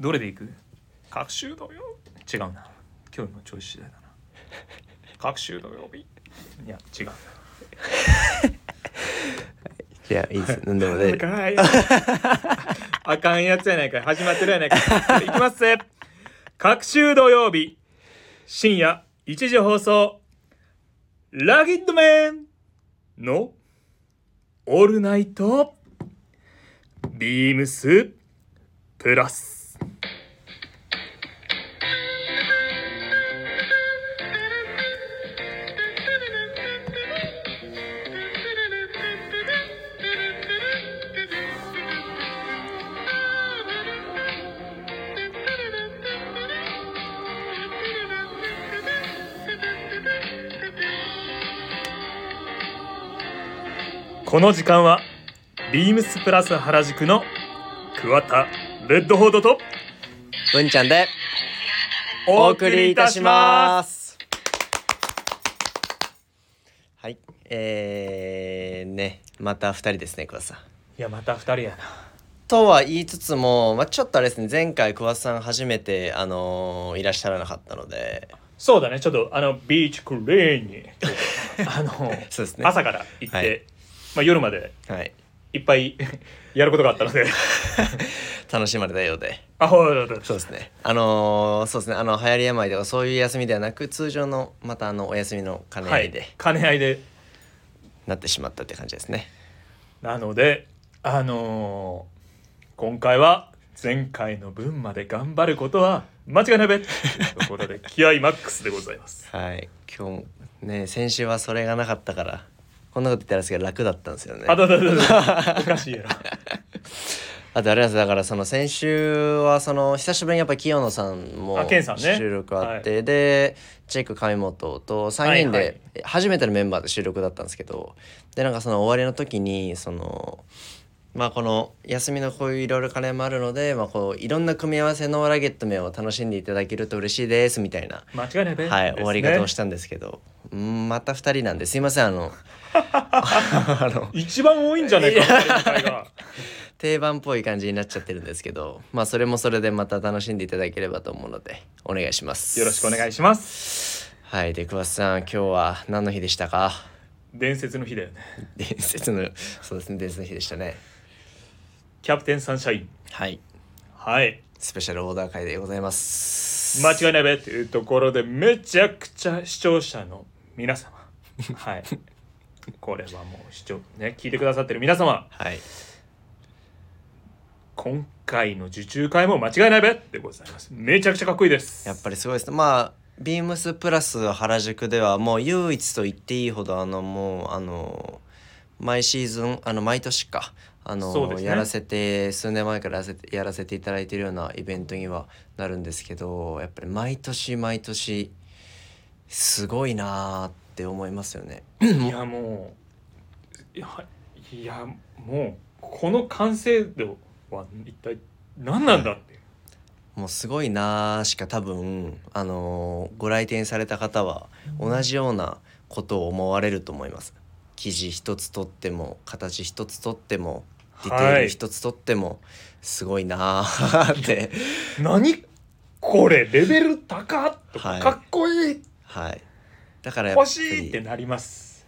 どれでいく各週土曜違うな今日の調子次第だな各週土曜日いや違うじゃあいいです何でもなねんかはいあかんやつやないかい始まってるやないかいいきますぜ各週土曜日深夜1時放送ラギッドメンのオールナイトビームスプラスこの時間はビームスプラス原宿の桑田レッドホードと文ちゃんでお送りいたしますはいえー、ねまた二人ですね桑田さんいやまた二人やなとは言いつつも、まあ、ちょっとあれですね前回桑田さん初めてあのーいらっしゃらなかったのでそうだねちょっとあのビーチクレーン にあのそうですね朝から行って、はいまあ、夜まではいいっぱい やることがあった ので楽しまれたようであほうだそうですねあのーそうですねあの流行り病とかそういう休みではなく通常のまたあのお休みの兼ね合いで兼ね合いでなってしまったって感じですね、なのであのー今回は前回の分まで頑張ることは間違いないべというところで気合マックスでございますはい今日もね先週はそれがなかったからこんなこと言ったらですけど楽だったんですよねあだだだだおかしいやろあとあれなんですよだからその先週はその久しぶりにやっぱ清野さんもあ健さんね収録あってでチェック上本と3人はいはいでえ初めてのメンバーで収録だったんですけどでなんかその終わりの時にそのまあこの休みのこういういろいろ金もあるのでまあこういろんな組み合わせのラゲット面を楽しんでいただけると嬉しいですみたいな間違いないべ、はい、終わり方をしたたんですけど、うんまた2人なんですいませんあのあの一番多いんじゃないか今回が定番っぽい感じになっちゃってるんですけどまあそれもそれでまた楽しんでいただければと思うのでお願いしますよろしくお願いいしますはいで桑田さん今日は何の日でしたか伝説の日だよね伝説のそうですね伝説の日でしたねキャプテンサンシャインはいはいスペシャルオーダー会でございます間違いないべというところでめちゃくちゃ視聴者の皆様はいこれはもう視聴ね聞いてくださってる皆様はい今回の受注会も間違いないべでございますめちゃくちゃかっこいいですやっぱりすごいですねまあビームスプラス原宿ではもう唯一と言っていいほどあのもうあの毎シーズンあの毎年かあそうの、ですねやらせて数年前からやらせてやらせていただいているようなイベントにはなるんですけどやっぱり毎年毎年すごいなーって思いますよね。いやもういやいやもうこの完成度は一体何なんだっていうもうすごいなーしか多分あのーご来店された方は同じようなことを思われると思います生地一つとっても形一つとってもディテーはルい一つとってもすごいなーって何これレベル高っとか、はいかっこいいはいだからやっぱ欲しいってりなります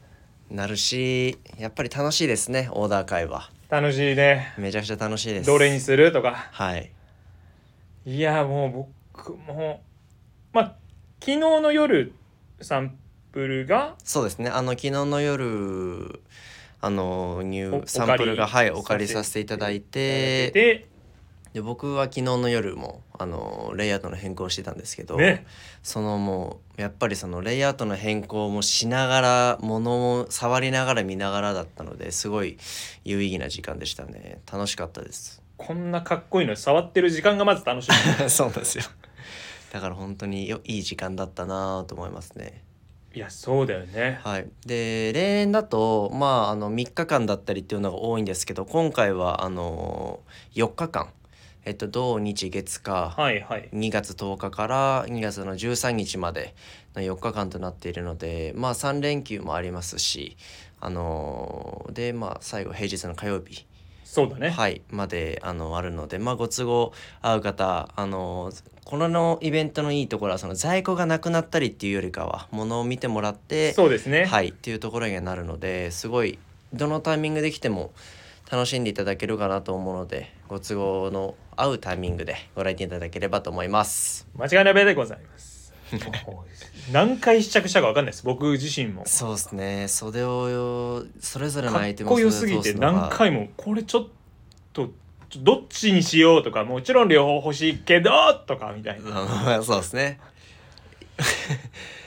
なるしやっぱり楽しいですねオーダー会は楽しいねめちゃくちゃ楽しいですどれにするとかはいいやもう僕もまあ昨日の夜サンプルがそうですねあの昨日の夜あのおお入借りサンプルがはいお借りささせせてていいたただだいいでてで僕は昨日の夜もあのレイアウトの変更をしてたんですけど、ねそのもうやっぱりそのレイアウトの変更もしながら物を触りながら見ながらだったのですごい有意義な時間でしたね楽しかったですこんなかっこいいの触ってる時間がまず楽しい そうなんですよだから本当によいい時間だったなと思いますねいやそうだよねはい、で例年だと、まあ、あの3日間だったりっていうのが多いんですけど今回はあの4日間、えっと、土日月火はいはい2月10日から2月の13日までの4日間となっているのでまあ3連休もありますしあのーでまあ最後平日の火曜日そうだね、はい、まであのあるので、まあ、ご都合合う方あのこののイベントのいいところはその在庫がなくなったりっていうよりかはものを見てもらってそうですね、はい、っていうところにはなるのですごいどのタイミングで来ても楽しんでいただけるかなと思うのでご都合の合うタイミングでご来店いただければと思います。間違いないでございます。もう何回試着したかわかんないです僕自身もそうですねそれをそれぞれのかアっイテムをこよすぎてそれぞれ通のが何回もこれちょっとちょどっちにしようとかもちろん両方欲しいけどとかみたいなうん そうですね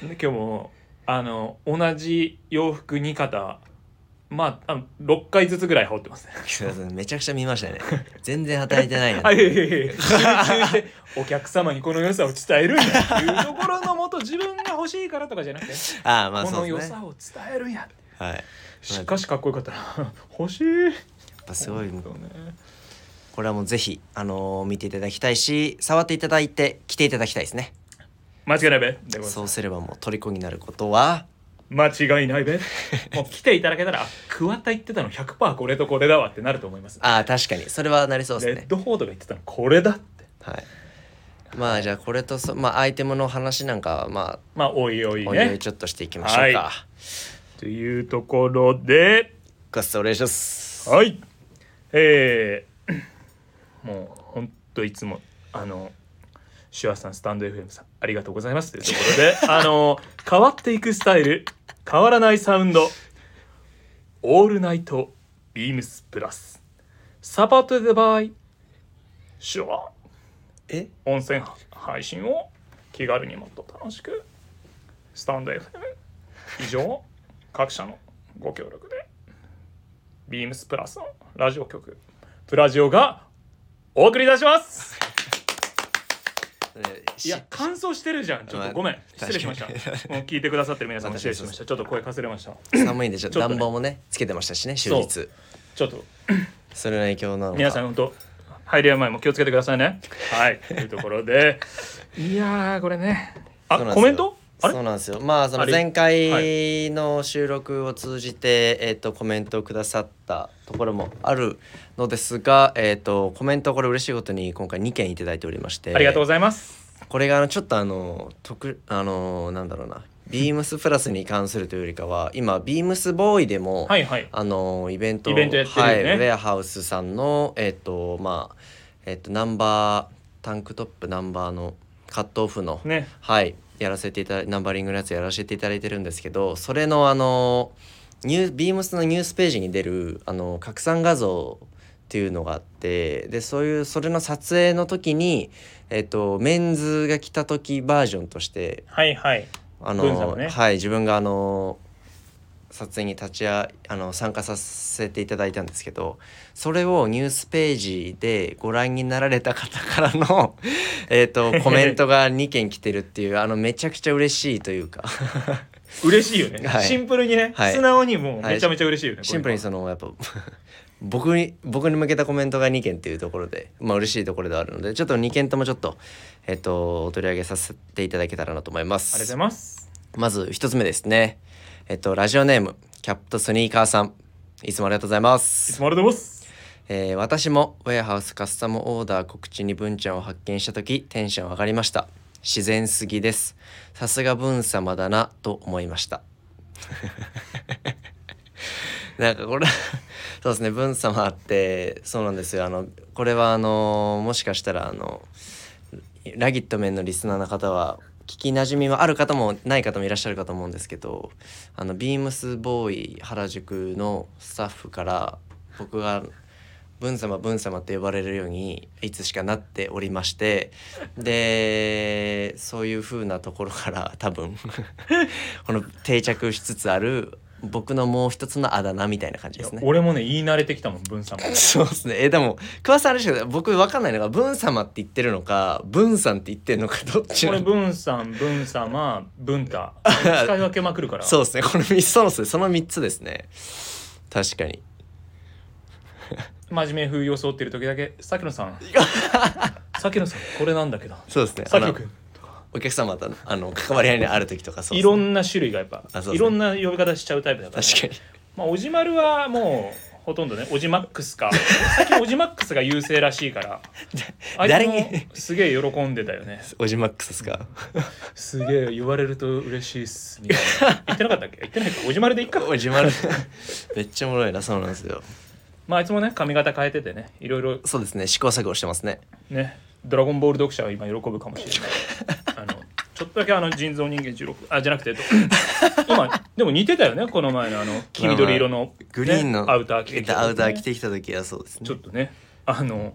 で今日もあの同じ洋服2型まああの6回ずつぐらい羽織ってますねすいませんめちゃくちゃ見ましたね全然働いてない なあいやいやいや集中してお客様にこの良さを伝えるんやっていうところのもと自分が欲しいからとかじゃなくて ああまあこそのうで良すねさを伝えるんやってはいやっしかしかっこよかったな 欲しいぱすごいそうねこれはもうぜひあのー見ていただきたいし触っていただいて来ていただきたいですね間違いないべでございそまうすすればもう虜になることは間違いない べもう来ていただけたらあ桑田言ってたの100%これとこれだわってなると思いますああ確かにそれはなりそうですレねッドフォードが言ってたのこれだってはいまあじゃあこれとそ、まあ、アイテムの話なんかはままあおいおいあねおいおいちょっとしていきましょうか、はいというところでごちそうお願いしますはいえー、 もうほんといつもあのシュワさんスタンド FM さんありがとうございますというところであの変わっていくスタイル変わらないサウンドオールナイトビームスプラスサパトゥデバイシュワえ温泉配信を気軽にもっと楽しくスタンド FM 以上各社のご協力でビームスプラスのラジオ局プラジオがお送りいたしますいや乾燥してるじゃんちょっとごめんまあ失礼しましたも確かにう聞いてくださってる皆さんもまあ失礼しましたちょっと声かすれました寒いんでちょっとちょっとね暖房もねつけてましたしね終そう日そちょっとれの影響なのか皆さん本当入りる前も気をつけてくださいねはいというところでいやーこれねあそうなんですよコメントあれそうなんですよまあそのあれ前回の収録を通じて、えっとコメントをくださったところもあるのですが、えっとコメントこれ嬉しいことに今回2件いただいておりましてありがとうごうざいますこれがあのちょっとあの特あのなんだろうなビームスプラスに関するというよりかは今ビームスボーイでも、はいはいあのイベントイベントやってるよねはい、ウェアハウスさんのえっ、とまあえっ、とナンバータンクトップナンバーのカットオフの、ねはいやらせていただナンバリングのやつやらせていただいてるんですけどそれのあのニュービームスのニュースページに出るあの拡散画像っていうのがあってでそういうそれの撮影の時に、えっとメンズが来た時バージョンとしてはいはいあ文さんもの、ねはい自分があの撮影に立ち会あの参加させていただいたんですけどそれをニュースページでご覧になられた方からの え ーとコメントが2件来てるっていうあのめちゃくちゃ嬉しいというか 嬉しいよね、はいシンプルにね、はい素直にもうめちゃめちゃ嬉しいよね、シンプルにこそのやっぱ 僕に僕に向けたコメントが2件っていうところでまあ嬉しいところではあるのでちょっと2件ともちょっと,、えー、と取り上げさせていただけたらなと思いまれはありがすとう。ございますまず一つ目ですね。えっと、ラジオネーム、キャップスニーカーさん。いつもありがとうございまいつす。もありがとうございますえー私もウェアハウスカスタムオーダー告知に文ちゃんを発見した時テンション上がりました。自然すぎです。さすが文様だなと思いました。 なんかこれそうですね文様ってそうなんですよあのこれはあのもしかしたらあのラギットメンのリスナーの方は聞きなじみはある方もない方もいらっしゃるかと思うんですけどあのビームスボーイ原宿のスタッフから僕が「文様文様」って呼ばれるようにいつしかなっておりましてでそういう風なところから多分 この定着しつつある僕のもう一つのあだ名みたいな感じですいやね。俺もね言い慣れてきたもん文さんも そうですね。え、でも、桑田さんあれですけど、僕分かんないのが、文様って言ってるのか、文さんって言ってるのか、どっちこなれの文さん文様文 太使い分けまくるからそうですね。この3つ、そうですね。その3つですね。確かに。真面目風装ってる時だけ「さきのさ んさきのさんこれなんだけどそうですね。さきのあのくんお客様とのあの関わり合いにある時とか、そういですねろんな種類がやっぱ、あそうですねいろんな呼び方しちゃうタイプだから、確かに。まあ、おじまるはもうほとんどねオジマック スか最近オジマックスが優勢らしいからあいつ誰もにすげえ喜んでたよねオジマックスですかすげえ言われると嬉しいっすみたいな 言ってなかったっけ言ってないかオジマルでいっかオジマル めっちゃおもろいなそうなんですよまああいつもね髪型変えててねいろいろそうですね試行錯誤してますねね「ドラゴンボール」読者は今喜ぶかもしれない あのちょっとだけあの人造人間16あじゃなくてえっと今でも似てたよねこの前のあの黄緑色の、ね、グリーンの、アウター着てきた時ねアウター着てきた時はそうですねちょっとねあの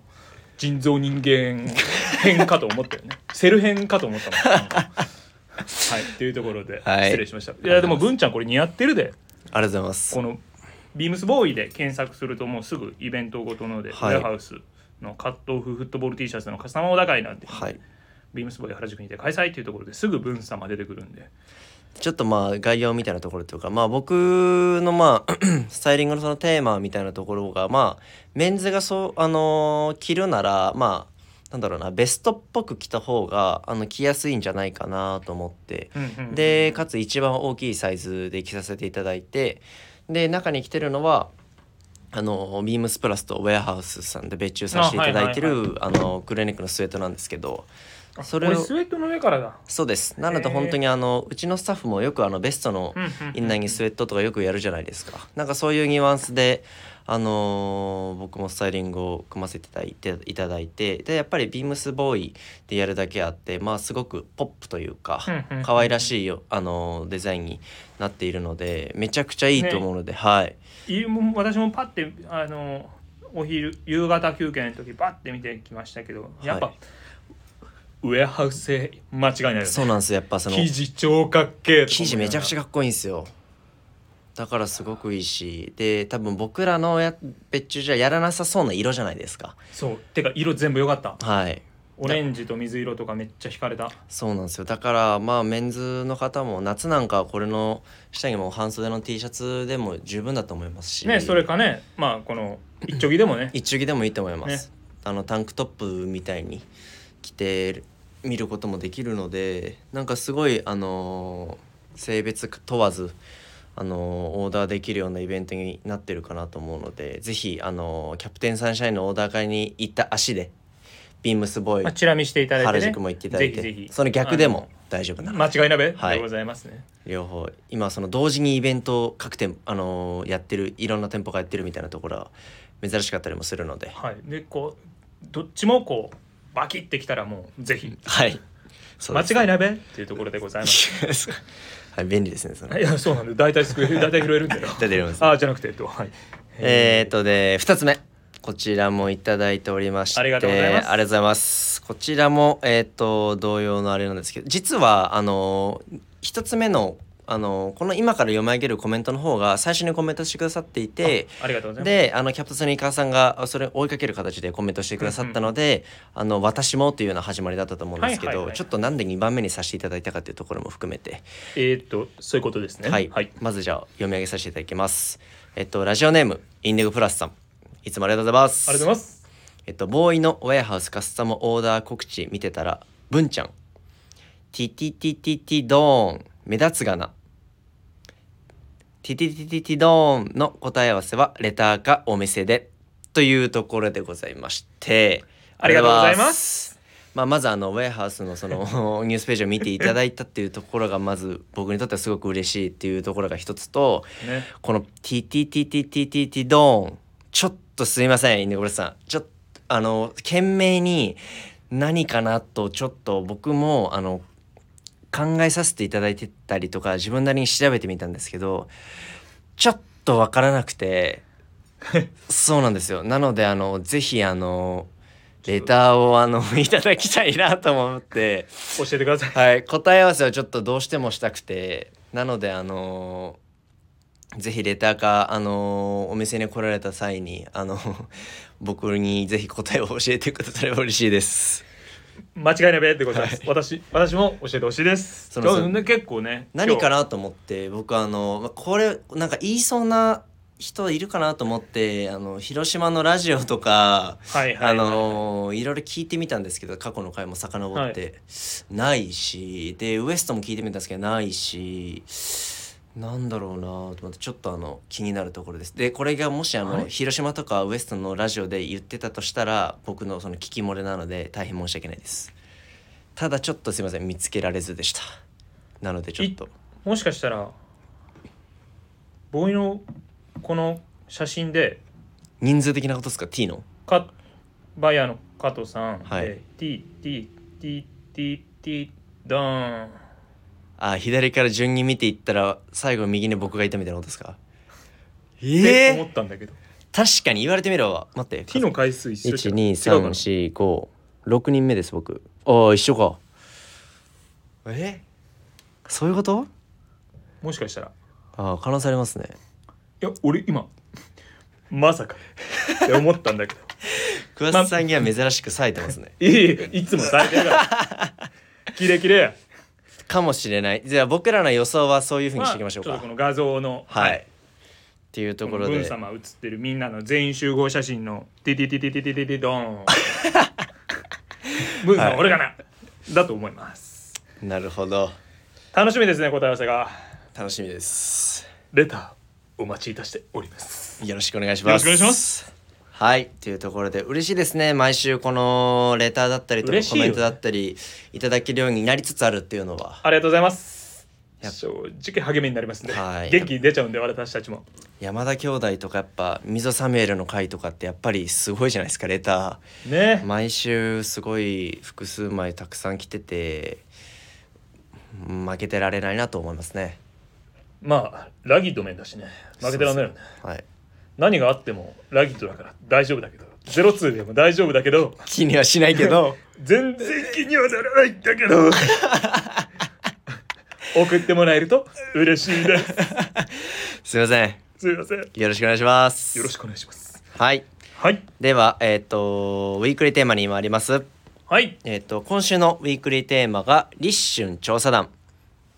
人造人間編かと思ったよねセル編かと思ったもん はいっていうところではい失礼しました、い、やでも文ちゃんこれ似合ってるでありがとうございますこのビームスボーイで検索するともうすぐイベントごとので、はいウェアハウスのカットオフフットボール T シャツのカスタマーお高いなんて、はいビームスボーイ原宿にて開催というところですぐ文様出てくるんでちょっとまあ概要みたいなところというかまあ僕のまあ スタイリングのそのテーマみたいなところがまあメンズがそうあのー着るならまあなんだろうなベストっぽく着た方があの着やすいんじゃないかなと思ってうんうんうんでかつ一番大きいサイズで着させていただいてで中に着てるのはあのビームスプラスとウェアハウスさんで別注させていただいてあはいるあのクレネックのスウェットなんですけどあそれをこれスウェットの上からだそうですなのでへー本当にあのうちのスタッフもよくあのベストのうんうんうんインナーにスウェットとかよくやるじゃないですかなんかそういうニュアンスであのー僕もスタイリングを組ませていただいていただいてでやっぱりビームスボーイでやるだけあってまあすごくポップというかうんうんうん可愛らしいよあのーデザインになっているのでめちゃくちゃいいと思うので、はいいもう私もパッてあのお昼夕方休憩の時パッて見てきましたけどやっぱ、はいウェアハウス製間違いないよねそうなんですよやっぱその生地超かっけえ生地めちゃくちゃゃかっこいいんですよだからすごくいいしで多分僕らのや別注じゃやらなさそうな色じゃないですかそうてか色全部良かったはいオレンジと水色とかめっちゃ惹かれたそうなんですよだからまあメンズの方も夏なんかはこれの下にもう半袖の T シャツでも十分だと思いますしねそれかねまあこの一丁着でも ね一着でもいいと思います、あのタンクトップみたいに着て見ることもできるのでなんかすごいあのー性別問わずあのーオーダーできるようなイベントになってるかなと思うのでぜひあのーキャプテンサンシャインのオーダー会に行った足でビームスボーイ、まあ、チラ見していただいて、ね、原宿も行っていただいてぜひぜひその逆でも大丈夫あなのら間違い鍋はいでございますね、両方今その同時にイベントを各店、あのーやってるいろんな店舗がやってるみたいなところは珍しかったりもするのではい、でこうどっちもこうバキってきたらもうぜひはいそう間です違い鍋っていうところでございます はい便利ですねそのいやそうなんで大体 すくえる大体拾えるんだよ大体拾えますああじゃなくてえっとはいえー、っとで2つ目こちらもいただいておりましてありがとうございますありがとうございますこちらもえーっと同様のあれなんですけど実はあの1つ目のあのこの今から読み上げるコメントの方が最初にコメントしてくださっていてありがとうございますであのキャプテンスニーカーさんがそれを追いかける形でコメントしてくださったので「あの私も」っていうような始まりだったと思うんですけはいはいどはいちょっとなんで2番目にさせていただいたかというところも含めてえーっとそういうことですねはい、はい、まずじゃあ読み上げさせていただきますえっとラジオネームインディゴプラスさんいつもありがとうございますありがとうございますえっとボーイのウェアハウスカスタムオーダー告知見てたら文ちゃん「ティティティティティドーン目立つがな」ティティティティティドーンの答え合わせはレターかお店でというところでございまして。ありがとうございますまあ、まずあのウェアハウスのその ニュースページを見ていただいたっていうところがまず僕にとってはすごく嬉しいっていうところが一つとねこの「ティティティティティティティドーン」ちょっとすいませんインディゴレスさんちょっとあの懸命に何かなとちょっと僕もあの考えさせていただいてたりとか自分なりに調べてみたんですけどちょっと分からなくてそうなんですよなのであのぜひあのレターをあのいただきたいなと思って、教えてくださいはい、答え合わせをちょっとどうしてもしたくてなのであのぜひレターかあのお店に来られた際にあの 僕にぜひ答えを教えてくだされば嬉しいです。間違い鍋でございます、私私も教えてほしいですそのそうね結構ね何か今なと思って僕あのまこれなんか言いそうな人いるかなと思ってあの広島のラジオとか、日はいはい、はい、あのいろいろ聞いてみたんですけど過去の回も遡って、ないしでウエストも聞いてみたんですけどないしなんだろうなと思ってちょっとあの気になるところですでこれがもしあのはい広島とかウエストのラジオで言ってたとしたら僕のその聞き漏れなので大変申し訳ないですただちょっとすいません見つけられずでしたなのでちょっともしかしたらボーイのこの写真で人数的なことですか T のかバイヤーの加藤さん、はいで TTTTT ドーンあ左から順に見ていったら最後右に僕がいたみたいなことですかってえ思えったんだけど、確かに言われてみれば待って T の回数一緒じゃん違うかな12345人目です僕ああ一緒かえそういうこともしかしたらああ可能性ありますねいや俺今まさかって思ったんだけど 桑田さんには珍しく冴えてますね、いいいつもされてるから キレキレかもしれないじゃあ僕らの予想はそういうふうにしていきましょうか、まあちょっとこの画像のはいっていうところブンで様写ってるみんなの全員集合写真のティティティティティティティティドーンブンは様い俺かなだと思いますなるほど楽しみですね答え合わせが楽しみですレターお待ちいたしておりますよろしくお願いしますよろしくお願いしますはいというところで嬉しいですね毎週このレターだったりとか嬉しコいよメントだったりいただけるようになりつつあるっていうのはありがとうございますやっ正直励みになりますね、はい元気出ちゃうんで私たちも山田兄弟とかやっぱ溝サミュエルの回とかってやっぱりすごいじゃないですかレタねー毎週すごい複数枚たくさん来てて負けてられないなと思いますねまあラギッド面だしね負けてらんないよねはい何があってもラギットだから大丈夫だけどゼロツーでも大丈夫だけど気にはしない けど全然気にはならないんだけ ど送ってもらえると嬉しいですすいませんすいませんよよろしくお願いしますろしくお願いしますはいはいではえっ、とウィークリーテーマに参りますはいえっ、と今週のウィークリーテーマが立春調査団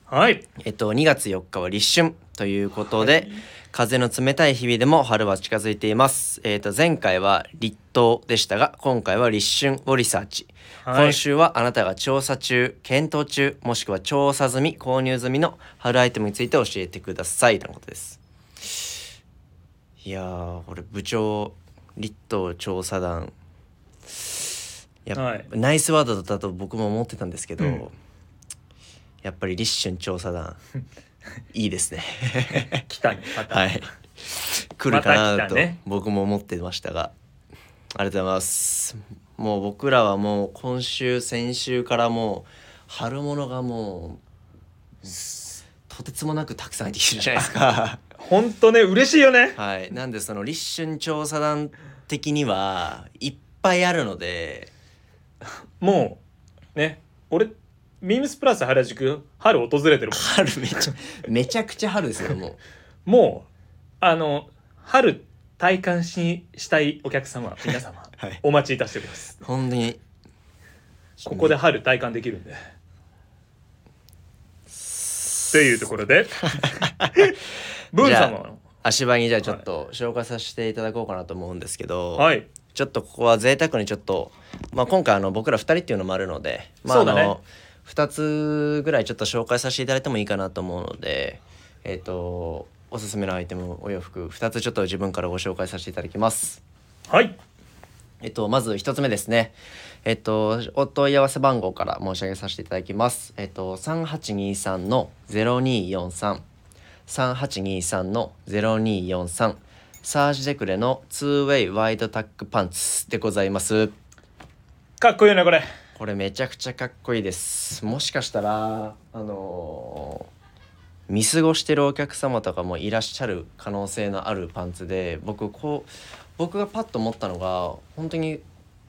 はいえっと、2月4日は立春ということで、風の冷たい日々でも春は近づいています。えっと、前回は立冬でしたが、今回は立春をリサーチ。はい今週はあなたが調査中、検討中、もしくは調査済み、購入済みの春アイテムについて教えてくださいとのことです。いやー、これ部長、立冬調査団。やっぱはいナイスワードだったと僕も思ってたんですけど、うんやっぱり立春調査団いいです ね来たね また、はい来るかまたな来たとね僕も思ってましたが、ありがとうございますもう僕らはもう今週先週からもう春物がもうとてつもなくたくさん入ってきてるじゃないです かほんとね嬉しいよねはいなんでその立春調査団的にはいっぱいあるのでもうね俺ミームスプラス原宿春訪れてるもん春めちゃめちゃくちゃ春ですよもうもうあの春体感ししたいお客様皆 様、はいお待ちいたしております本当にここで春体感できるんでっていうところ でブンじゃあ様足場にじゃあちょっと紹介させていただこうかなと思うんですけど、のはいちょっとここは贅沢にちょっと、まあ、今回あの僕ら2人っていうのもあるので、まあ、そうだねあの2つぐらいちょっと紹介させていただいてもいいかなと思うのでえっ、とおすすめのアイテムお洋服2つちょっと自分からご紹介させていただきます。はいえっと、まず一つ目ですね。えっと、お問い合わせ番号から申し上げさせていただきます。えっと、三八二三のゼロ二四三。三八二三のゼロ二四三。サージデクレのツーウェイワイドタックパンツでございます。かっこいいよねこれこれめちゃくちゃかっこいいです。もしかしたら、あのー見過ごしてるお客様とかもいらっしゃる可能性のあるパンツで、僕こう、僕がパッと思ったのが、本当に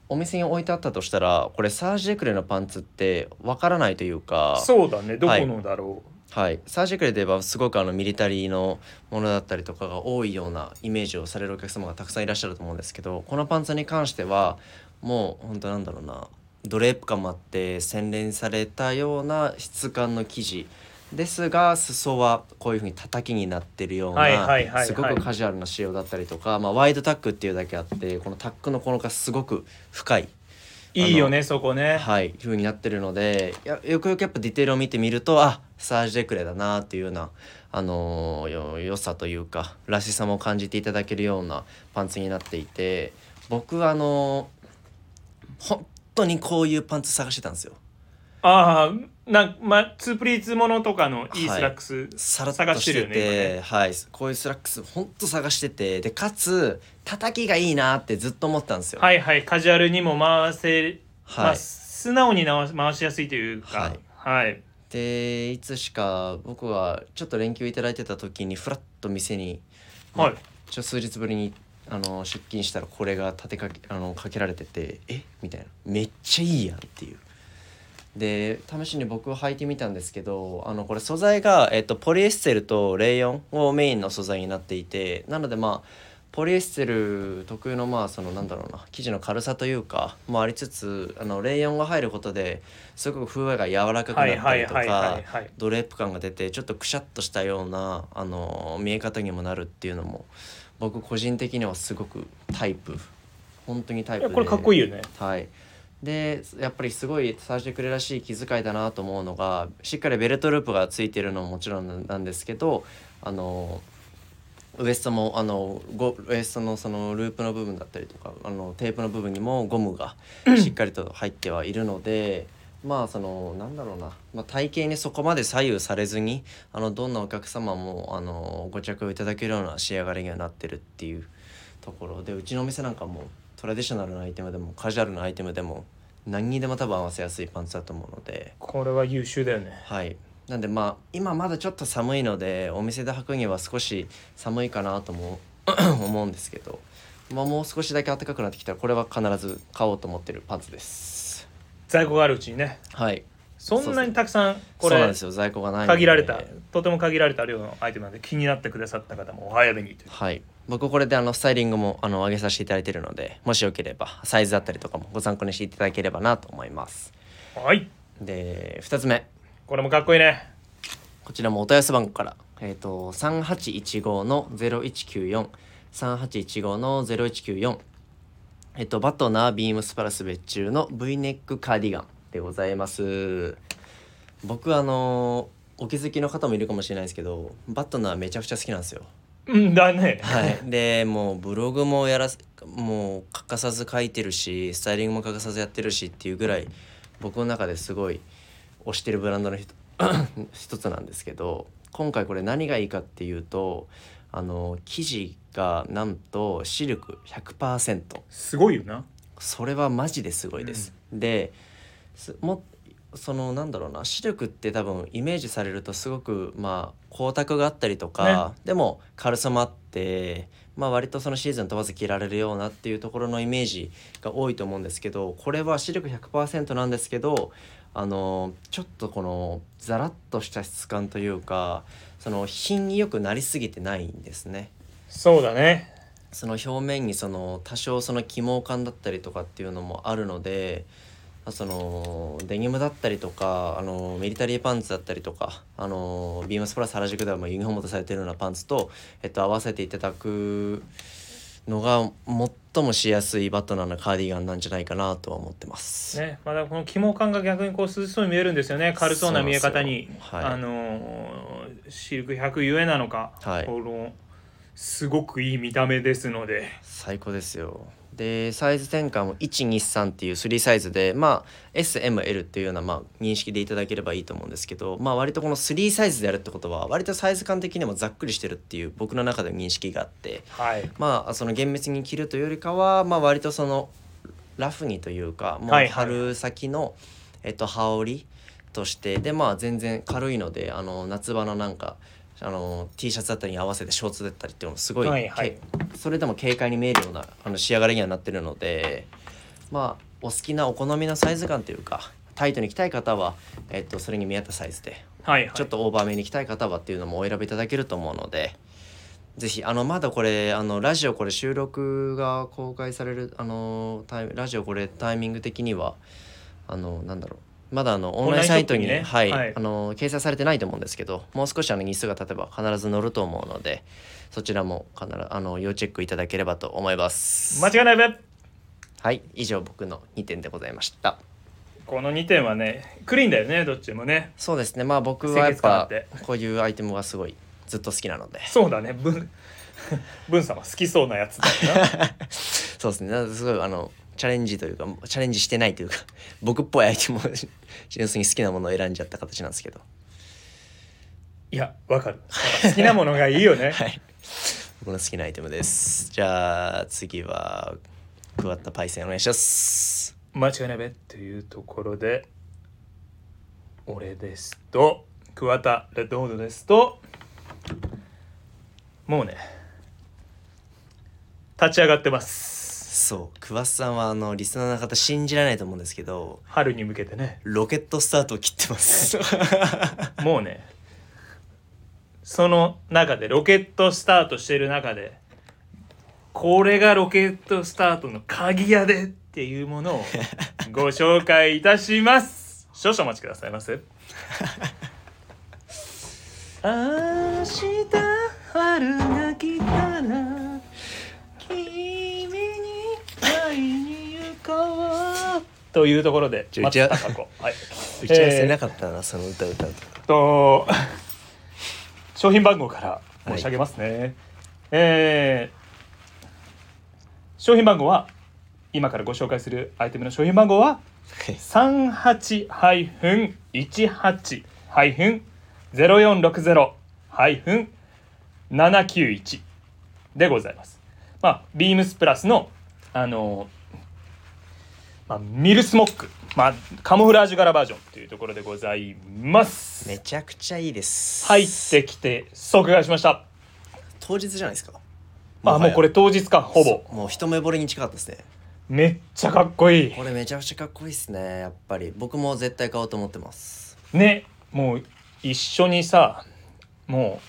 お店に置いてあったとしたら、これサージデクレのパンツってわからないというか、そうだねどこのだろはい、サージェクレで言えばすごくあのミリタリーのものだったりとかが多いようなイメージをされるお客様がたくさんいらっしゃると思うんですけどこのパンツに関してはもう本当なんだろうなドレープ感もあって洗練されたような質感の生地ですが裾はこういうふうに叩きになってるようはいはいはいはないすごくカジュアルな仕様だったりとか、まあ、ワイドタックっていうだけあってこのタックのこのがすごく深いういいよねそこねはい、風になってるのでやよくよくやっぱディテールを見てみるとあサージ・デクレだなっていうようなあのよ良さというからしさも感じていただけるようなパンツになっていて僕はあの本当にこういうパンツ探してたんですよ。ああなんまツープリーツものとかのいいスラックス、さらっとしてて探してるよね今ねはい、こういうスラックスほんと探しててでかつ叩きがいいなってずっと思ってたんですよ。はいはいカジュアルにも回せ、はいまあ、素直に直し回しやすいというかはいはい、でいつしか僕はちょっと連休いただいてた時にふらっと店にはいちょ数日ぶりにあの出勤したらこれが立てかけあのかけられててえみたいなめっちゃいいやんっていうで試しに僕は履いてみたんですけどあのこれ素材が、えっと、ポリエステルとレイヨンをメインの素材になっていてなのでまあポリエステル特有のまあそのなんだろうな生地の軽さというかもありつつあのレイヨンが入ることですごく風合いが柔らかくなはいっはたいりとはいはかいはいドレープ感が出てちょっとくしゃっとしたようなあの見え方にもなるっていうのも僕個人的にはすごくタイプ本当にタイいプやでこれかっこいいよねはいでやっぱりすごい最初くれらしい気遣いだなと思うのがしっかりベルトループがついてるのももちろんなんですけどあのウエストもあのゴウエストのそのループの部分だったりとかあのテープの部分にもゴムがしっかりと入ってはいるのでまあそのなんだろうな、まあ、体型にそこまで左右されずにあのどんなお客様もあのご着用いただけるような仕上がりにはなってるっていうところでうちのお店なんかもトラディショナルなアイテムでもカジュアルなアイテムでも何にでも多分合わせやすいパンツだと思うので。これは優秀だよねはいなんでまあ今まだちょっと寒いのでお店で履くには少し寒いかなとも 思うんですけど、まあ、もう少しだけ暖かくなってきたらこれは必ず買おうと思ってるパンツです在庫があるうちにねはいそんなにたくさんこそうなんれですよ在庫がないので限られたとても限られた量のアイテムなので気になってくださった方もお早めにというはい僕これであのスタイリングもあの上げさせていただいてるのでもしよければサイズだったりとかもご参考にしていただければなと思いますはいで2つ目これもかっこいいねこちらもお問い合わせ番号から、えー、と3815の0194 3815の0194えっとバトナービームスパラス別注の V ネックカーディガンでございます僕あのお気づきの方もいるかもしれないですけどバットナーめちゃくちゃ好きなんですようんだねはい、 でもうブログもやらすもう欠かさず書いてるしスタイリングも欠かさずやってるしっていうぐらい僕の中ですごい推してるブランドのひと 一つなんですけど今回これ何がいいかっていうとあの生地がなんとシルク100%すごいよなそれはマジですごいです。ですもそのなんだろうな視力って多分イメージされるとすごくまあ光沢があったりとか、でも軽さもあって、まあ、割とそのシーズン問わず着られるようなっていうところのイメージが多いと思うんですけどこれは視力100%なんですけどあのちょっとこのザラッとした質感というかその品によくなりすぎてないんですね。そうだねその表面にその多少その起毛感だったりとかっていうのもあるのでまあそのデニムだったりとかあのミリタリーパンツだったりとかあのビームスプラス原宿ではもうユニフォームとされてるようなパンツと、えっと、合わせていただくのが最もしやすいバットナーのカーディガンなんじゃないかなとは思ってます。ね、まだこの肝感が逆にこう涼しそうに見えるんですよね軽そうな見え方にそうなんですよはいあのーシルク100ゆえなのか、はいこのすごくいい見た目ですので最高ですよでサイズ転換も123っていう3サイズでまあ SML っていうような、まあ、認識でいただければいいと思うんですけどまあ割とこの3サイズでやるってことは割とサイズ感的にもざっくりしてるっていう僕の中での認識があってはいまあその厳密に着るというよりかはまあ割とそのラフにというかもはういはい春先の、えっと羽織としてでまあ全然軽いのであの夏場のなんかあの T シャツだったりに合わせてショーツだったりっていうのもすごい、はいはいけそれでも軽快に見えるようなあの仕上がりにはなってるのでまあお好きなお好みのサイズ感というかタイトに着たい方は、えっと、それに見合ったサイズではいはいちょっとオーバーめに来たい方はっていうのもお選びいただけると思うので、ぜひ、あの、まだこれ、あの、ラジオこれ収録が公開される、あの、タイラジオこれタイミング的には、あの、なんだろう。まだあのオンラインサイトオにンラインショッはプにねい、はいあの掲載されてないと思うんですけどもう少しあの日数が経てば必ず載ると思うのでそちらも必ずあの要チェックいただければと思います間違いないべはい以上僕の2点でございましたこの2点はねクリーンだよねどっちもねそうですねまあ僕はやっぱ清潔感あこういうアイテムがすごいずっと好きなのでそうだね文 文様好きそうなやつだよなそうですねだからすごいあのチャレンジというかチャレンジしてないというか 僕っぽいアイテムを純粋に好きなものを選んじゃった形なんですけどいやわかる好きなものがいいよね、 はい僕の好きなアイテムですじゃあ次はクワッタパイセンお願いします間違いないべというところで俺ですと桑田レッドホードですともうね立ち上がってますそうクワッさんはあのリスナーの方信じられないと思うんですけど春に向けてねロケットスタートを切ってます もうねその中でロケットスタートしてる中でこれがロケットスタートの鍵やでっていうも のをご紹介いたします少々お待ちくださいませ明日春が来たら君に会いに行こうというところでちょ松じゃあたか子はい打ち合わせなかったな、その歌歌うとかえーっと商品番号から申し上げますね、えー商品番号は今からご紹介するアイテムの商品番号ははい38-18-0460-791でございます。まあ、ビームスプラスの、あのまあ、ミルスモック、まあ、カモフラージュ柄バージョンというところでございます。めちゃくちゃいいです入ってきて即買いしました。当日じゃないですかあ、もうこれ当日か、ほぼ。そうもう一目惚れに近かったですねめっちゃかっこいいこ。れめちゃくちゃかっこいいですねやっぱり僕も絶対買おうと思ってますね、もう一緒にさ、も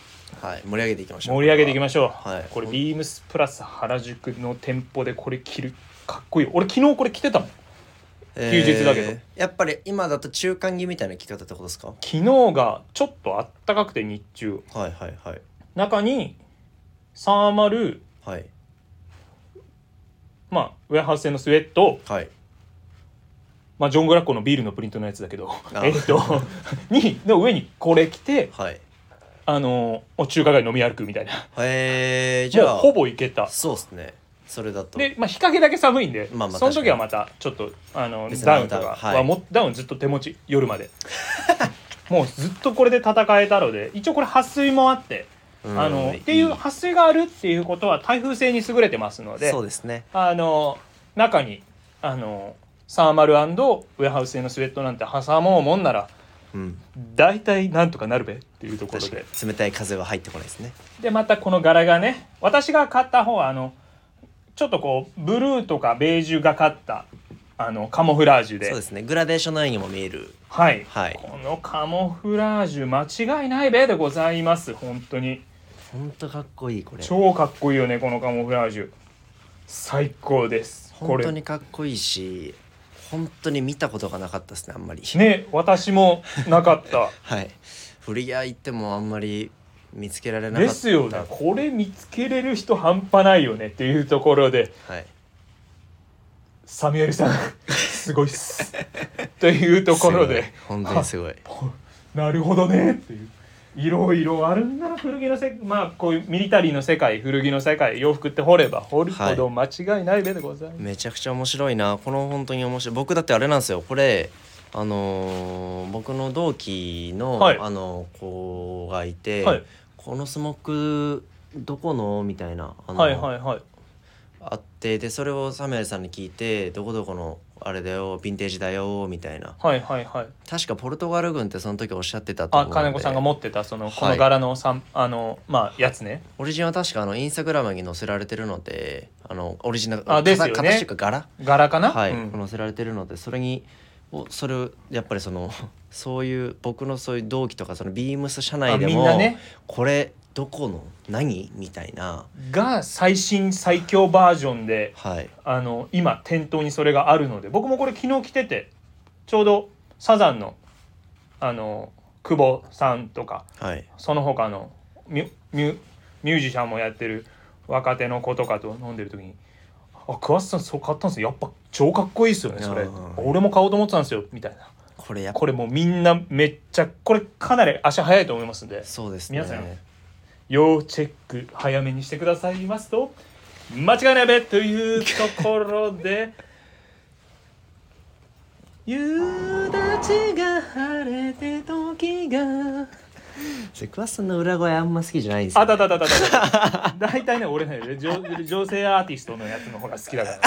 うはい盛り上げていきましょう盛り上げていきしましょう、はいこれビームスプラス原宿の店舗でこれ着るかっこいい俺昨日これ着てたもんょう、休日だけどやっぱり今だと中間着みたいな着方ってことですか昨日がちょっとあったかくて日中はいはいはい中にサーマルはいまあウェアハウス製のスウェット、はいまあ、ジョン・グラッコのビールのプリントのやつだけどあえっとにの上にこれ着てはいあのお中華街飲み歩くみたいなえー、じゃあもうほぼいけたそうっすねそれだとで、まあ、日陰だけ寒いんで、まあまあその時はまたちょっとあの別のダウンとかダウンは、はいもダウンずっと手持ち夜 までもうずっとこれで戦えたので一応これ撥水もあってうんあのっていう撥水があるっていうことは台風性に優れてますのでそうですねあの中にあのサーマルウェアハウス製のスウェットなんて挟もうもんならうん大体なんとかなるべっていうところ確かでに冷たい風は入ってこないですねでまたこの柄がね私が買った方はあのちょっとこうブルーとかベージュがかったあのカモフラージュでそうですねグラデーションのようにも見えるはい、はいこのカモフラージュ間違いないべでございます本当にほんとかっこいいこれ超かっこいいよねこのカモフラージュ最高ですこ本当れにかっこいいし本当に見たことがなかったですねあんまりね私もなか ったはい古着屋行ってもあんまり見つけられなかったですよねこれ見つけれる人半端ないよねっていうところではいサミュエルさん すごいっ すというところですごい本当にすごいなるほどねっていういろいろあるんだな古着のせまあこういうミリタリーの世界古着の世界洋服って掘れば掘るほど間違いないべでございます、めちゃくちゃ面白いなこの本当に面白い僕だってあれなんですよこれあのー僕の同期の、はいあの子がいて、はいこのスモークどこのみたいなあの、はいはいはいあってでそれをサミュエルさんに聞いてどこどこのあれだよヴィンテージだよみたいなはいはいはい確かポルトガル軍ってその時おっしゃってたと思あうんで金子さんが持ってたそのはいこの柄のさん、あのまあやつねオリジンは確かあのインスタグラムに載せられてるのであのオリジナルあですよね形形というか柄柄かなはい、うん載せられてるのでそれにおそれをやっぱりそのそういう僕のそういう同期とかそのビームス社内であみんも、なねこれどこの何みたいなが最新最強バージョンではいあの今店頭にそれがあるので僕もこれ昨日着ててちょうどサザンのあの久保さんとかはいその他のミュミュミュージシャンもやってる若手の子とかと飲んでる時に「あクワッサンそう買ったんですよやっぱ超かっこいいですよねそれうん俺も買おうと思ってたんですよ」みたいなこれやっぱこれもうみんなめっちゃこれかなり足早いと思いますんでそうですね皆さん要チェック早めにしてくださいますと間違いないべというところで夕立が晴れて時がセクワさんの裏声あんま好きじゃないんですあよたたたたたた大体ね俺ね女女性アーティストのやつの方が好きだから、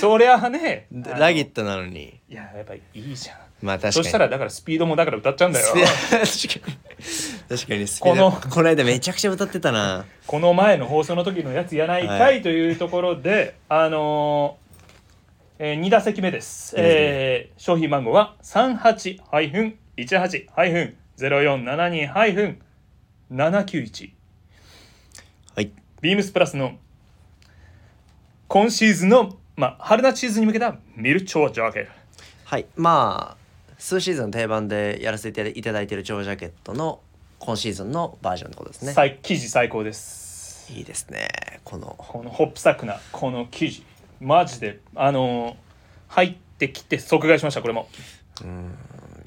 そりゃあねあのラギットなのにいややっぱいいじゃんまあ確かそにしたらだからスピードもだから歌っちゃうんだよスピ 確かに確かにスピードここの間めちゃくちゃ歌ってたなこの前の放送の時のやつやないかはいというところで、あのーえ2打席目です、いいですねえー商品番号は38-18-0472-791はいビームスプラスの今シーズンの、まあ、春夏シーズンに向けたミルチョージャケットはいまあ数シーズン定番でやらせていただいている長ジャケットの今シーズンのバージョンってことですね最生地最高ですいいですねこのこのホップサクなこの生地マジであのー入ってきて即買いしましたこれも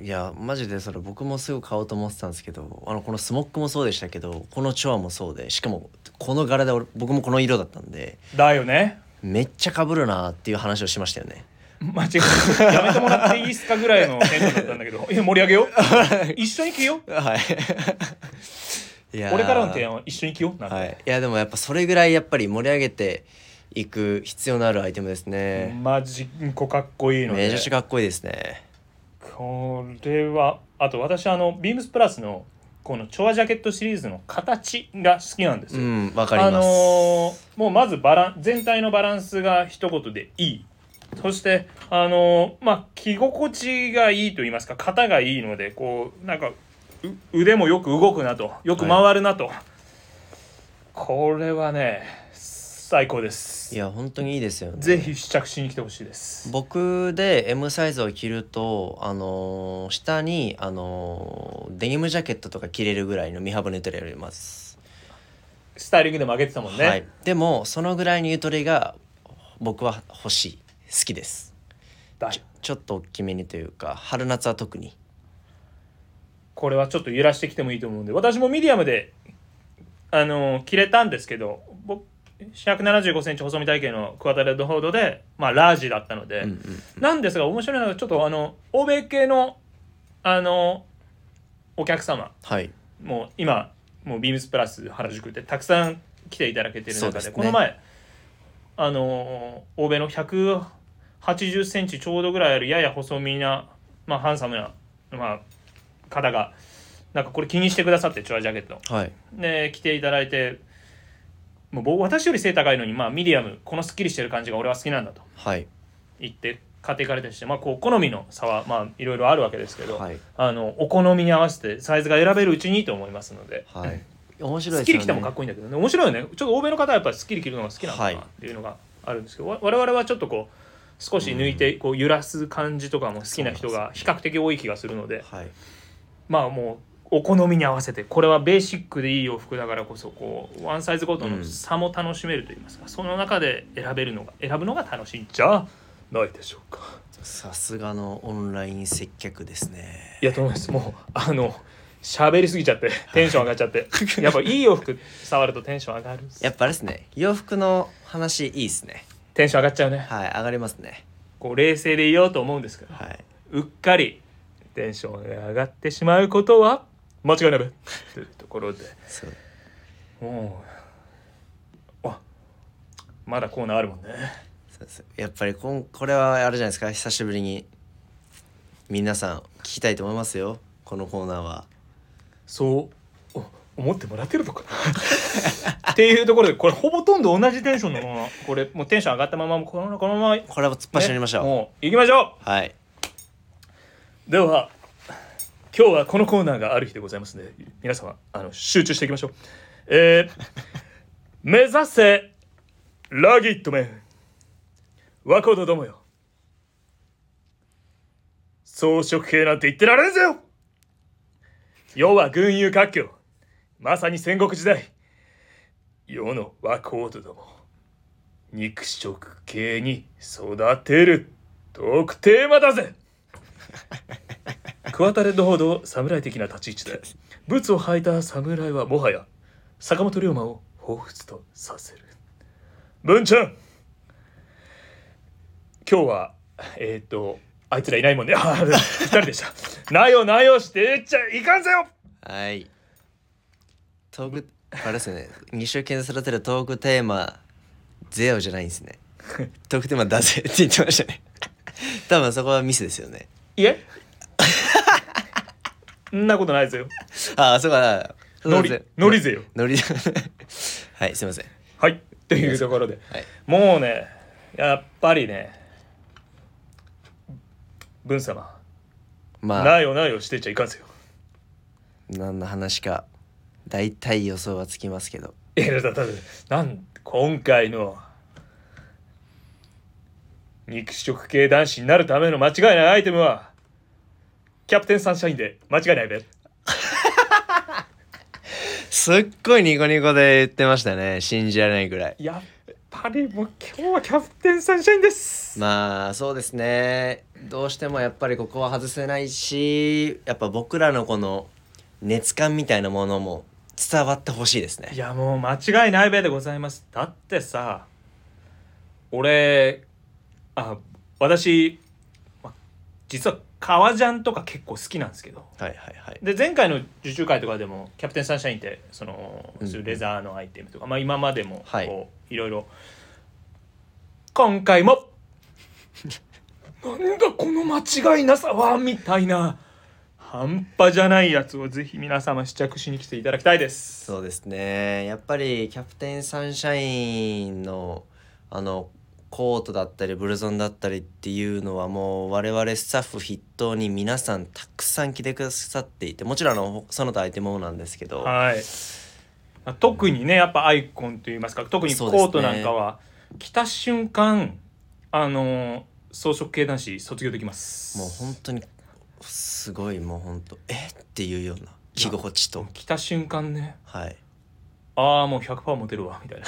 いやマジでそれ僕もすぐ買おうと思ってたんですけどあのこのスモックもそうでしたけどこのチョアもそうでしかもこの柄で俺僕もこの色だったんでだよねめっちゃ被るなっていう話をしましたよね間違えたやめてもらっていいっすかぐらいのテンションだったんだけ どいや盛り上げよう一緒に着ようはい いやー俺からの提案は一緒に着ようなんて、はい、いやでもやっぱそれぐらいやっぱり盛り上げていく必要のあるアイテムですね、マジンコかっこいいのでめちゃくちゃかっこいいですねこれはあと私あのビームスプラスのこのチョアジャケットシリーズの形が好きなんですうよ、んわかりあます、のーもうまずバラン全体のバランスが一言でいいそしてあのーまあ着心地がいいと言いますか型がいいのでこうなんかう腕もよく動くなとよく回るなと、これはね最高でいすや本当にいいですよねぜひ試着しに来てほしいです僕で M サイズを着ると、あのー下に、あのーデニムジャケットとか着れるぐらいの身幅のゆとりあります、スタイリングでも上げてたもんね、はい、でもそのぐらいのゆとりが僕は欲しい好きですだいちょっと大きめにというか春夏は特にこれはちょっと揺らしてきてもいいと思うんで私もミディアムであの切れたんですけど僕1 7 5センチ細身体型のクワタレッドホードで、まあ、ラージだったので、うんうんなんですが面白いのがちょっとあの欧米系のあのお客様はいもう今もうビームスプラス原宿でたくさん来ていただけてるそ中うでですねこの前あの欧米の1 8 0センチちょうどぐらいあるやや細身な、まあ、ハンサムな、まあ、方がなんかこれ気にしてくださってチュアジャケットはいで着ていただいてもう僕私より背高いのに、まあ、ミディアムこのスッキリしてる感じが俺は好きなんだとはい言って買っていかれたりして、まあ、こう好みの差はまあいろいろあるわけですけど、はいあのお好みに合わせてサイズが選べるうちにと思いますので。はい面白いスでッすキよリね着てもかっこいいんだけどね面白いよねちょっと欧米の方はやっぱりスッキリ着るのが好きなのかはいなっていうのがあるんですけど、わ我々はちょっとこう少し抜いてこう揺らす感じとかも好きな人そうなが比較的多い気がするのではいまあもうお好みに合わせてこれはベーシックでいい洋服だからこそこうワンサイズごとうのん差も楽しめると言いますか、その中で選べるのが選ぶのが楽しいんじゃないでしょうか。さすがのオンライン接客ですねいやと思いますもうあの喋りすぎちゃってテンション上がっちゃって やっぱいい洋服触るとテンション上がるんですやっぱあれですね洋服の話いいですねテンション上がっちゃうねはい上がりますねこう冷静でいようと思うんですけどはい、うっかりテンションが上がってしまうことは間違いないべというところでそうもうあまだコーナーあるもんねそうそうやっぱりこんこれはあれじゃないですか久しぶりに皆さん聞きたいと思いますよこのコーナーはそうお思ってもらってるのか なっていうところでこれほとんど同じテンションのままこれもうテンション上がったままこのこのまま、ね、これは突っ走りましょう、もう行きましょうはいでは今日はこのコーナーがある日でございますので皆様あの集中していきましょうえー 目指せラギットメン若者どもよ装飾兵なんて言ってられんぜよ世は群雄割拠まさに戦国時代世の若人ども肉食系に育てる特テーマだぜクワタレッドほど侍的な立ち位置でブーツを履いた侍はもはや坂本龍馬を彷彿とさせる文ちゃん今日はえっ、とあいつらいないもんねあ二人でしたなよなよしてちゃいかんぜよはいトークあれですね二週間育てるトークテーマゼロじゃないんですねトークテーマだぜって言ってましたね多分そこはミスですよねいえんなことないぜよああそうかノリノリぜよノリはいすいませんはいというところではいもうねやっぱりね文様まあなよなよしてちゃいかんぜよ何の話か大体予想はつきますけどいやだだだなん今回の肉食系男子になるための間違いないアイテムはキャプテンサンシャインで間違いないべすっごいニコニコで言ってましたね信じられないぐらいやっぱりもう今日はキャプテンサンシャインですまあそうですねどうしてもやっぱりここは外せないしやっぱ僕らのこの熱感みたいなものも伝わってほしいですいねやもう間違いないべでございますだってさ俺あ私ま実は革ジャンとか結構好きなんですけどはいはいはいで前回の受注会とかでもキャプテンサンシャインってその、うんそういうレザーのアイテムとか、まあ、今までもこう、はいい、ろいろ今回も なんだこの間違いなさはみたいな半端じゃないやつをぜひ皆様試着しに来ていただきたいですそうですねやっぱりキャプテンサンシャインのあのコートだったりブルゾンだったりっていうのはもう我々スタッフ筆頭に皆さんたくさん着てくださっていてもちろんあのその他相手もなんですけど、はいまあ特にねやっぱアイコンといいますか特にコそうですねートなんかは、着た瞬間あの装飾系男子卒業できますもう本当にすごいもう本当えっていうような着心地と着た瞬間ねはいああもう100%モテるわみたいな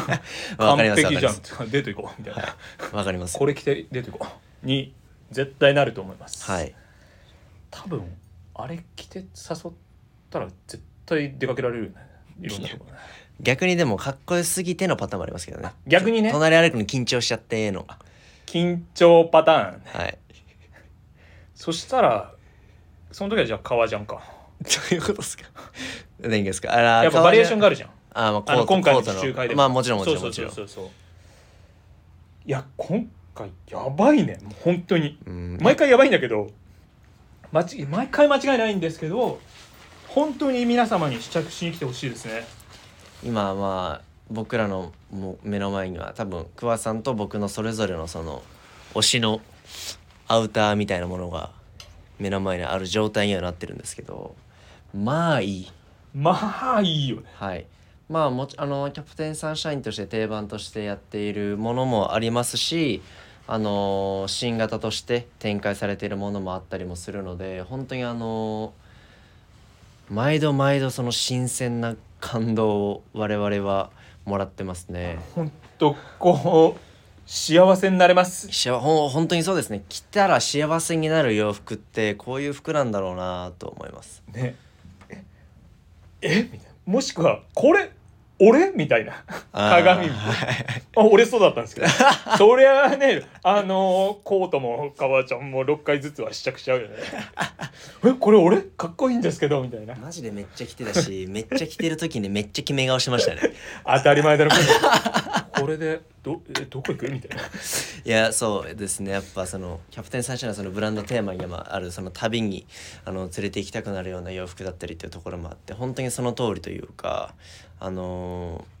わかり完ますわか璧りじゃんますデート行こうみたいな、わかりますこれ着てデート行こうに絶対なると思いますはい多分あれ着て誘ったら絶対出かけられるよねいろんなとこ ろね逆にでもかっこよすぎてのパターンもありますけどね逆にね隣歩くの緊張しちゃっての緊張パターンはいそしたらその時はじゃあ革ジャンかどういうことですか何がですかあらやっぱバリエーションがあるじゃんあーまあコあーのト今回のコート集会でまあもちろんもちろんそもうちそうろんそうそうそういや今回やばいねもう本当にうん毎回やばいんだけど間違毎回間違いないんですけど本当に皆様に試着しに来てほしいですね今まあ僕らのもう目の前には多分桑さんと僕のそれぞれのその推しのアウターみたいなものが目の前にある状態にはなってるんですけどまあいいまあいいよねはいまあもちあのキャプテンサンシャインとして定番としてやっているものもありますしあの新型として展開されているものもあったりもするので本当にあの毎度毎度その新鮮な感動を我々はもらってますね。本当こう幸せになれます幸ほん本当にそうですね着たら幸せになる洋服ってこういう服なんだろうなと思います。ねええみたいなもしくはこれ俺みたいな鏡みたいなはいあ俺そうだったんですけどそりゃあねあのーコートも革ちゃんも6回ずつは試着しちゃうよねえこれ俺かっこいいんですけどみたいなマジでめっちゃ着てたしめっちゃ着てる時にめっちゃ決め顔してましたね当たり前だろこれでどえどこ行くみ たいないやそうですねやっぱそのキャプテンサンシャインのそのブランドテーマにまああるその旅にあの連れて行きたくなるような洋服だったりっていうところもあって本当にその通りというかあのー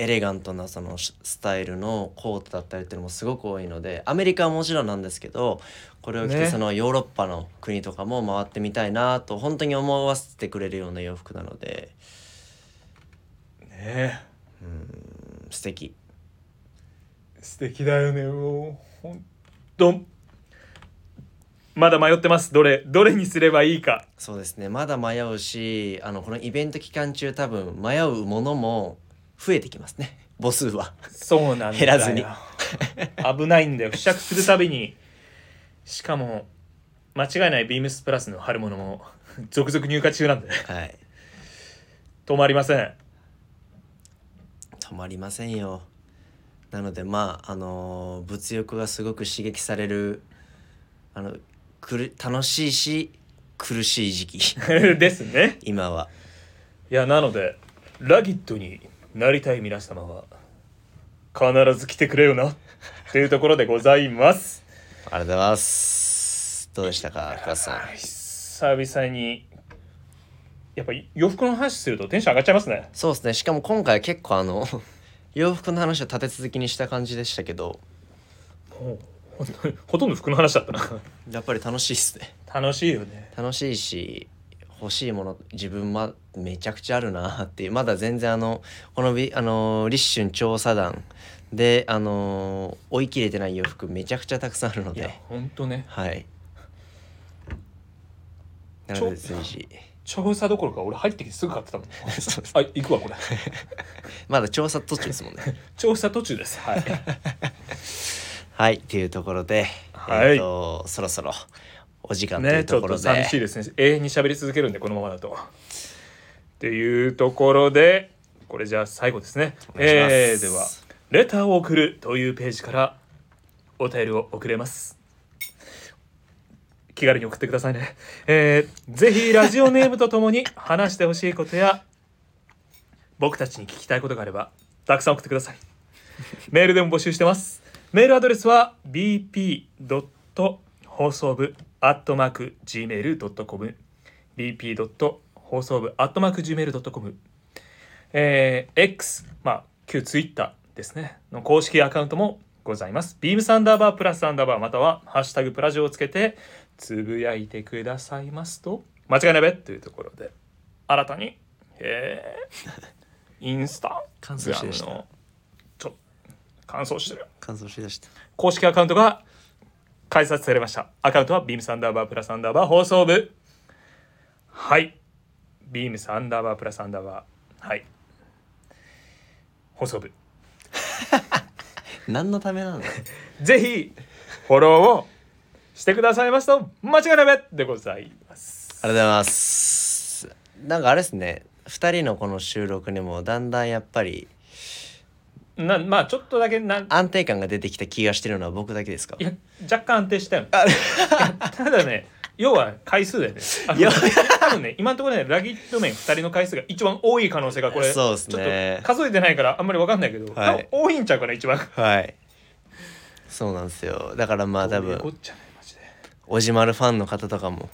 エレガントなそのしスタイルのコートだったりっていうのもすごく多いのでアメリカはもちろんなんですけどこれを着てねそのヨーロッパの国とかも回ってみたいなと本当に思わせてくれるような洋服なのでねうん素敵え素敵だよねもうほんとまだ迷ってますどれどれにすればいいかそうですねまだ迷うしあのこのイベント期間中多分迷うものも増えてきますね 母数はそうなんだよ減らず に危ないんだよ試着するたびにしかも間違いないビームスプラスの春物も続々入荷中なんではい止まりません 止まりませんよなのでまああの物欲がすごく刺激されるあのくる楽しいし苦しい時期 ですね今はいやなのでラギットになりたい皆様は必ず来てくれよなというところでございますありがとうございますどうでしたか深津さん久々にやっぱ洋服の話するとテンション上がっちゃいますねそうですねしかも今回は結構あの 洋服の話を立て続きにした感じでしたけどもうほとんど服の話だったなやっぱり楽しいですね楽しいよね楽しいし欲しいもの自分まめちゃくちゃあるなっていうまだ全然あのこのびあの立春調査団であの追い切れてない洋服めちゃくちゃたくさんあるのいやでほんとねはいなちょので随時調査どころか俺入ってきてすぐ買ってたもんそうですあ行くわこれまだ調査途中ですもんね調査途中ですはいはいっていうところで、はいえー、とそろそろお時間といねうちょとっことろで、寂しいですね永遠に喋り続けるんでこのままだとっていうところでこれじゃあ最後ですねお願いしますえーでは「レターを送る」というページからお便りを送れます気軽に送ってくださいねえーぜひラジオネームとともに話してほしいことや僕たちに聞きたいことがあればたくさん送ってくださいメールでも募集してますメールアドレスは bp. 放送部 .gmail.com bp. 放送部 .gmail.com えー X まあ旧 Twitter ですねの公式アカウントもございますビームサンダーバープラスアンダーバーまたはハッシュタグプラジオをつけてつぶやいてくださいますと間違いないべというところで新たに えーインスタ感想してましたグラムのちょ乾燥してる感想しだした公式アカウントが開設されましたアカウントはビームサンダーバープラスアンダーバー放送部はいビームサンダーバープラスアンダーバーはい放送部何のためなのぜひフォローをしてくださいますと間違いないべでございますありがとうございます。なんかあれですね、二人のこの収録にもだんだんやっぱりなまあちょっとだけなん安定感が出てきた気がしてるのは僕だけですかいや若干安定したよねいやただね要は回数だよねあのいや多分ね今のところねラギット面2人の回数が一番多い可能性がこれそうですねちょっと数えてないからあんまり分かんないけど、はい多分多いんちゃうかな一番はい。そうなんですよ。だからまあ多どういうこ分っ、ちゃねマジでおじまるファンの方とかも、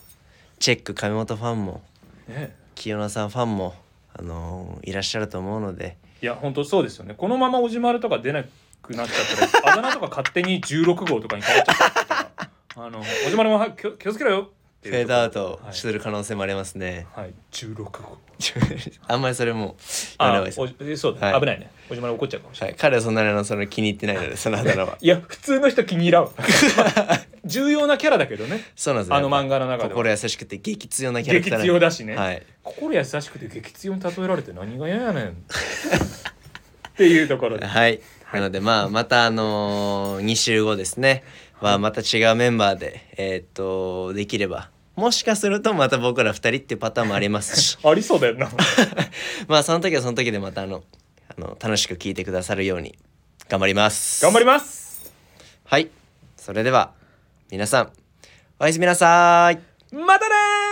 チェック上本ファンも、ね清野さんファンも、あのーいらっしゃると思うので、いや本当そうですよねこのままおじまるとか出なくなっちゃったら あだ名とか勝手に16号とかに変わっちゃったからあのおじまるもは気を気をつけろよってフいェーうとこドアウトはいする可能性もありますね。はい、16号あんまりそれも、やめたあ方がいいですおじそうだ、はい危ないねおじまる怒っちゃうかもしれないはい、彼はそんなにあのその気に入ってないので、そのあだ名は。いや普通の人気に入らん わ重要なキャラだけどねそうなんですよあの漫画の中で心は優しくて激強なキャラク激ターなんで強だしね、はい心優しくて激強に例えられて何が嫌やねんっていうところではい、なのでまあまたあのー、2週後ですねはまた違うメンバーでえーっとできればもしかするとまた僕ら2人っていうパターンもありま すしありそうだよなまあその時はその時でまたあのあの楽しく聞いてくださるように頑張ります頑張りますはいそれでは皆さんおやすみなさーいまたねー